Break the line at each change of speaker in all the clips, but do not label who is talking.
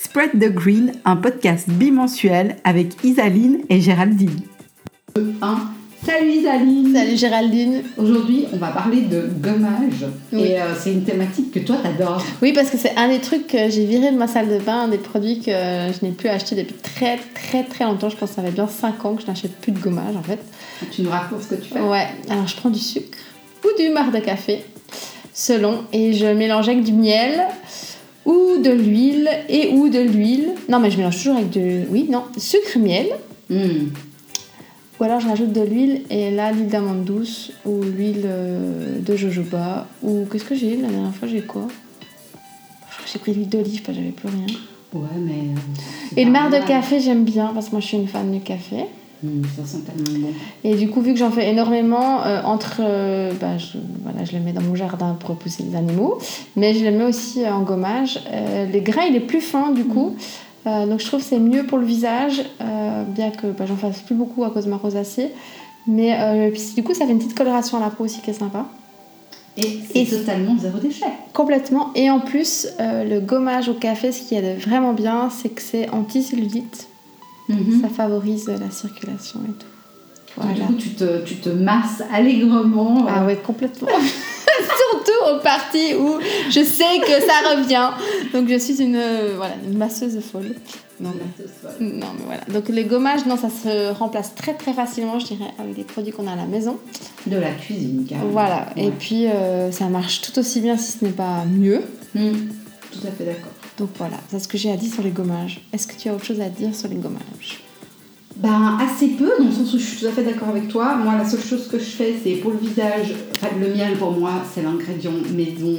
Spread the Green, un podcast bimensuel avec Isaline et Géraldine. 1. Salut Isaline
Salut Géraldine.
Aujourd'hui, on va parler de gommage.
Oui.
Et euh, c'est une thématique que toi, t'adores.
Oui, parce que c'est un des trucs que j'ai viré de ma salle de bain, un des produits que je n'ai plus acheté depuis très très très longtemps. Je pense que ça fait bien 5 ans que je n'achète plus de gommage en fait.
Tu nous racontes ce que tu fais.
Ouais, alors je prends du sucre ou du marc de café, selon, et je mélange avec du miel ou de l'huile et ou de l'huile. Non, mais je mélange toujours avec du. Oui, non, sucre-miel.
Hmm.
Ou alors je rajoute de l'huile et là l'huile d'amande douce ou l'huile euh, de jojoba ou qu'est-ce que j'ai eu la dernière fois j'ai eu quoi Je crois que j'ai pris de l'huile d'olive parce que j'avais plus rien.
Ouais, mais. euh, c'est
Et le
pas
marc de
mal.
café j'aime bien parce que moi je suis une fan du café.
Hmm, ça sent tellement bon.
Et du coup vu que j'en fais énormément euh, entre euh, bah, je, voilà je le mets dans mon jardin pour repousser les animaux mais je le mets aussi euh, en gommage. Euh, les grains il est plus fin du coup. Euh, donc je trouve que c'est mieux pour le visage, euh, bien que bah, j'en fasse plus beaucoup à cause de ma rosacée. Mais euh, puis, du coup, ça fait une petite coloration à la peau aussi qui est sympa.
Et c'est
Et-
totalement zéro déchet.
Complètement. Et en plus, euh, le gommage au café, ce qu'il y a de vraiment bien, c'est que c'est anti-cellulite.
Mhm.
Ça favorise euh, la circulation et tout.
Donc,
Voilà.
Du coup, tu te, tu te masses allègrement. euh,
Ah ouais, complètement. Surtout aux parties où je sais que ça revient. Donc je suis une, euh, voilà, une masseuse de folle. Non, mais- Non, mais voilà. Donc le gommage, non, ça se remplace très très facilement, je dirais, avec des produits qu'on a à la maison.
De la cuisine, carrément.
Voilà. Et
Ouais.
puis euh, ça marche tout aussi bien si ce n'est pas mieux.
Hmm, Tout à fait d'accord.
Donc voilà, c'est ce que j'ai à dire sur les gommages. Est-ce que tu as autre chose à dire sur les gommages
Ben, assez peu, dans le sens où je suis tout à fait d'accord avec toi. Moi, la seule chose que je fais, c'est pour le visage, enfin, le miel pour moi, c'est l'ingrédient maison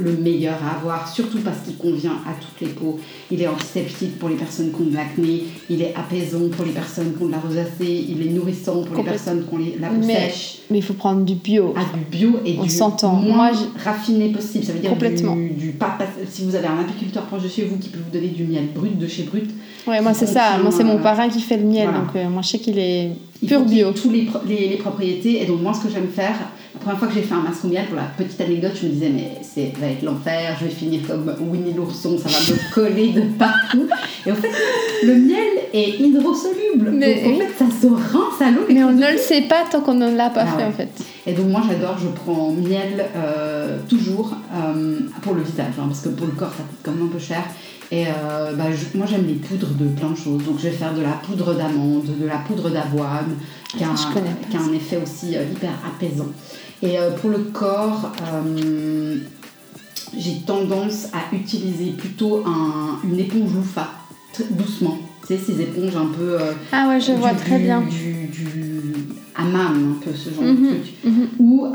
le meilleur à avoir, surtout parce qu'il convient à toutes les peaux. Il est antiseptique pour les personnes qui ont de l'acné, il est apaisant pour les personnes qui ont de la rosacée, il est nourrissant pour les
Complètement.
personnes qui ont les- la peau
Mais-
sèche.
Mais il faut prendre du bio.
à du bio et
On
du
s'entend.
moins
Moi, je-
raffiné possible. Ça veut dire
Complètement.
du, du pas, pas- si vous avez un apiculteur proche de chez vous qui peut vous donner du miel brut de chez brut,
Ouais, moi c'est ça. Moi c'est mon parrain qui fait le miel,
Voilà.
donc euh, moi je sais qu'il est
il
Pur
faut qu'il y ait
bio.
tous les, pro- les, les propriétés. Et donc moi, ce que j'aime faire, la première fois que j'ai fait un masque au miel, pour la petite anecdote, je me disais mais c'est ça va être l'enfer, je vais finir comme Winnie l'ourson, ça va me coller de partout. Et en fait, le miel est hydrosoluble,
Mais
donc en
oui.
fait, ça se rince à l'eau. les
Mais on
trucs.
ne le sait pas tant qu'on ne l'a pas
Ah
fait
ouais.
en fait.
Et donc moi j'adore, je prends miel euh, toujours euh, pour le visage, hein, parce que pour le corps ça coûte quand même un peu cher. Et euh, bah, je- moi j'aime les poudres de plein de choses, donc je vais faire de la poudre d'amande, de la poudre d'avoine, qui a,
Ah, Je connais pas
qui a un effet aussi euh, hyper apaisant. Et euh, pour le corps, euh, j'ai tendance à utiliser plutôt un- une éponge loufa, tr- doucement. Tu sais, ces éponges un peu... euh,
Ah ouais, je
du-
vois très
du-
bien.
Du, du hammam, un peu ce genre
Mhm.
de truc
Mhm.
ou euh,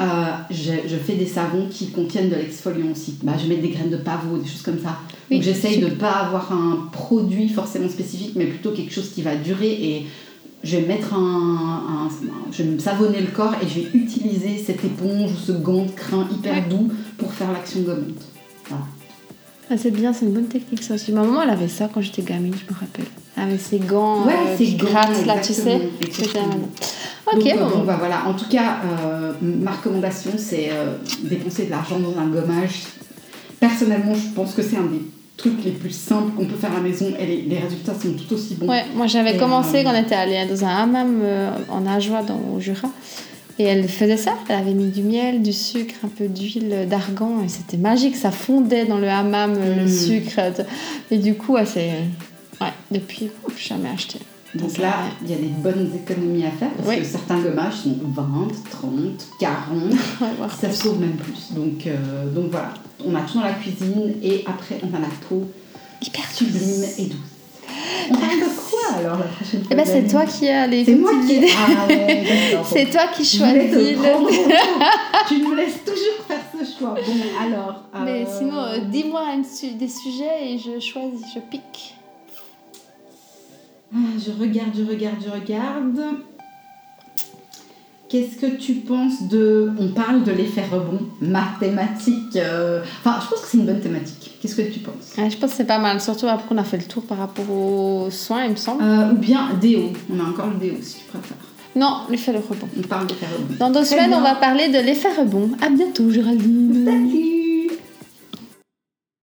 je, je fais des savons qui contiennent de l'exfoliant aussi. Bah, je mets des graines de pavot, des choses comme ça.
Oui,
Donc j'essaye
je-
de pas avoir un produit forcément spécifique, mais plutôt quelque chose qui va durer et je vais mettre un, un- je vais me savonner le corps et je vais utiliser cette éponge ou ce gant de crin hyper
Ouais.
doux pour faire l'action gommante.
Ah, c'est bien, c'est une bonne technique ça aussi. Ma maman elle avait ça quand j'étais gamine, je me rappelle. Avec ses gants
Ouais,
euh,
ces
qui
gants,
grattent là, tu
exactement,
sais.
exactement.
C'était un- Ok,
donc, euh,
bon.
donc, bah, voilà. En tout cas, euh, ma recommandation, c'est euh, dépenser de l'argent dans un gommage. Personnellement, je pense que c'est un des trucs les plus simples qu'on peut faire à la maison et les, les résultats sont tout aussi bons.
bah, Ouais, moi j'avais
Et,
commencé
euh,
quand on était allé dans un hammam euh, en Ajoie, dans au Jura. Et elle faisait ça, elle avait mis du miel, du sucre, un peu d'huile euh, d'argan, et c'était magique, ça fondait dans le hammam, euh,
Mm.
le sucre. euh, Et du coup, ouais, c'est. Ouais, depuis, je n'ai jamais acheté.
Donc là, il y a des bonnes économies à faire parce
Oui.
que certains gommages sont 20, 30, 40,
Ouais, voir
ça se trouve même plus. Donc, euh, donc voilà, on a tout dans la cuisine et après on a la peau
Hyper
sublime et douce. On parle de quoi alors la prochaine fois
Eh ben, c'est
Janine
toi qui as les
C'est moi
petites
qui.
idées.
Ah ouais, d'accord. Bon.
C'est toi qui
Je voulais
choisis.
te
le-
prendre au mot. tu me laisses toujours faire ce choix. Bon, alors. euh,
Mais sinon, euh, dis-moi un su- des sujets et je choisis, je pique.
Ah, je regarde, je regarde, je regarde. Qu'est-ce que tu penses de. On parle de l'effet rebond mathématique. euh, Enfin, je pense que c'est une bonne thématique. Qu'est-ce que tu penses
Ouais, je pense que c'est pas mal, surtout après qu'on a fait le tour par rapport aux soins, il me semble.
Euh, Ou bien déo. On a encore le déo si tu préfères.
Non, l'effet de rebond.
On parle d'effet rebond.
Dans deux
Très
semaines,
bien.
on va parler de l'effet rebond. À bientôt, Géraldine.
Salut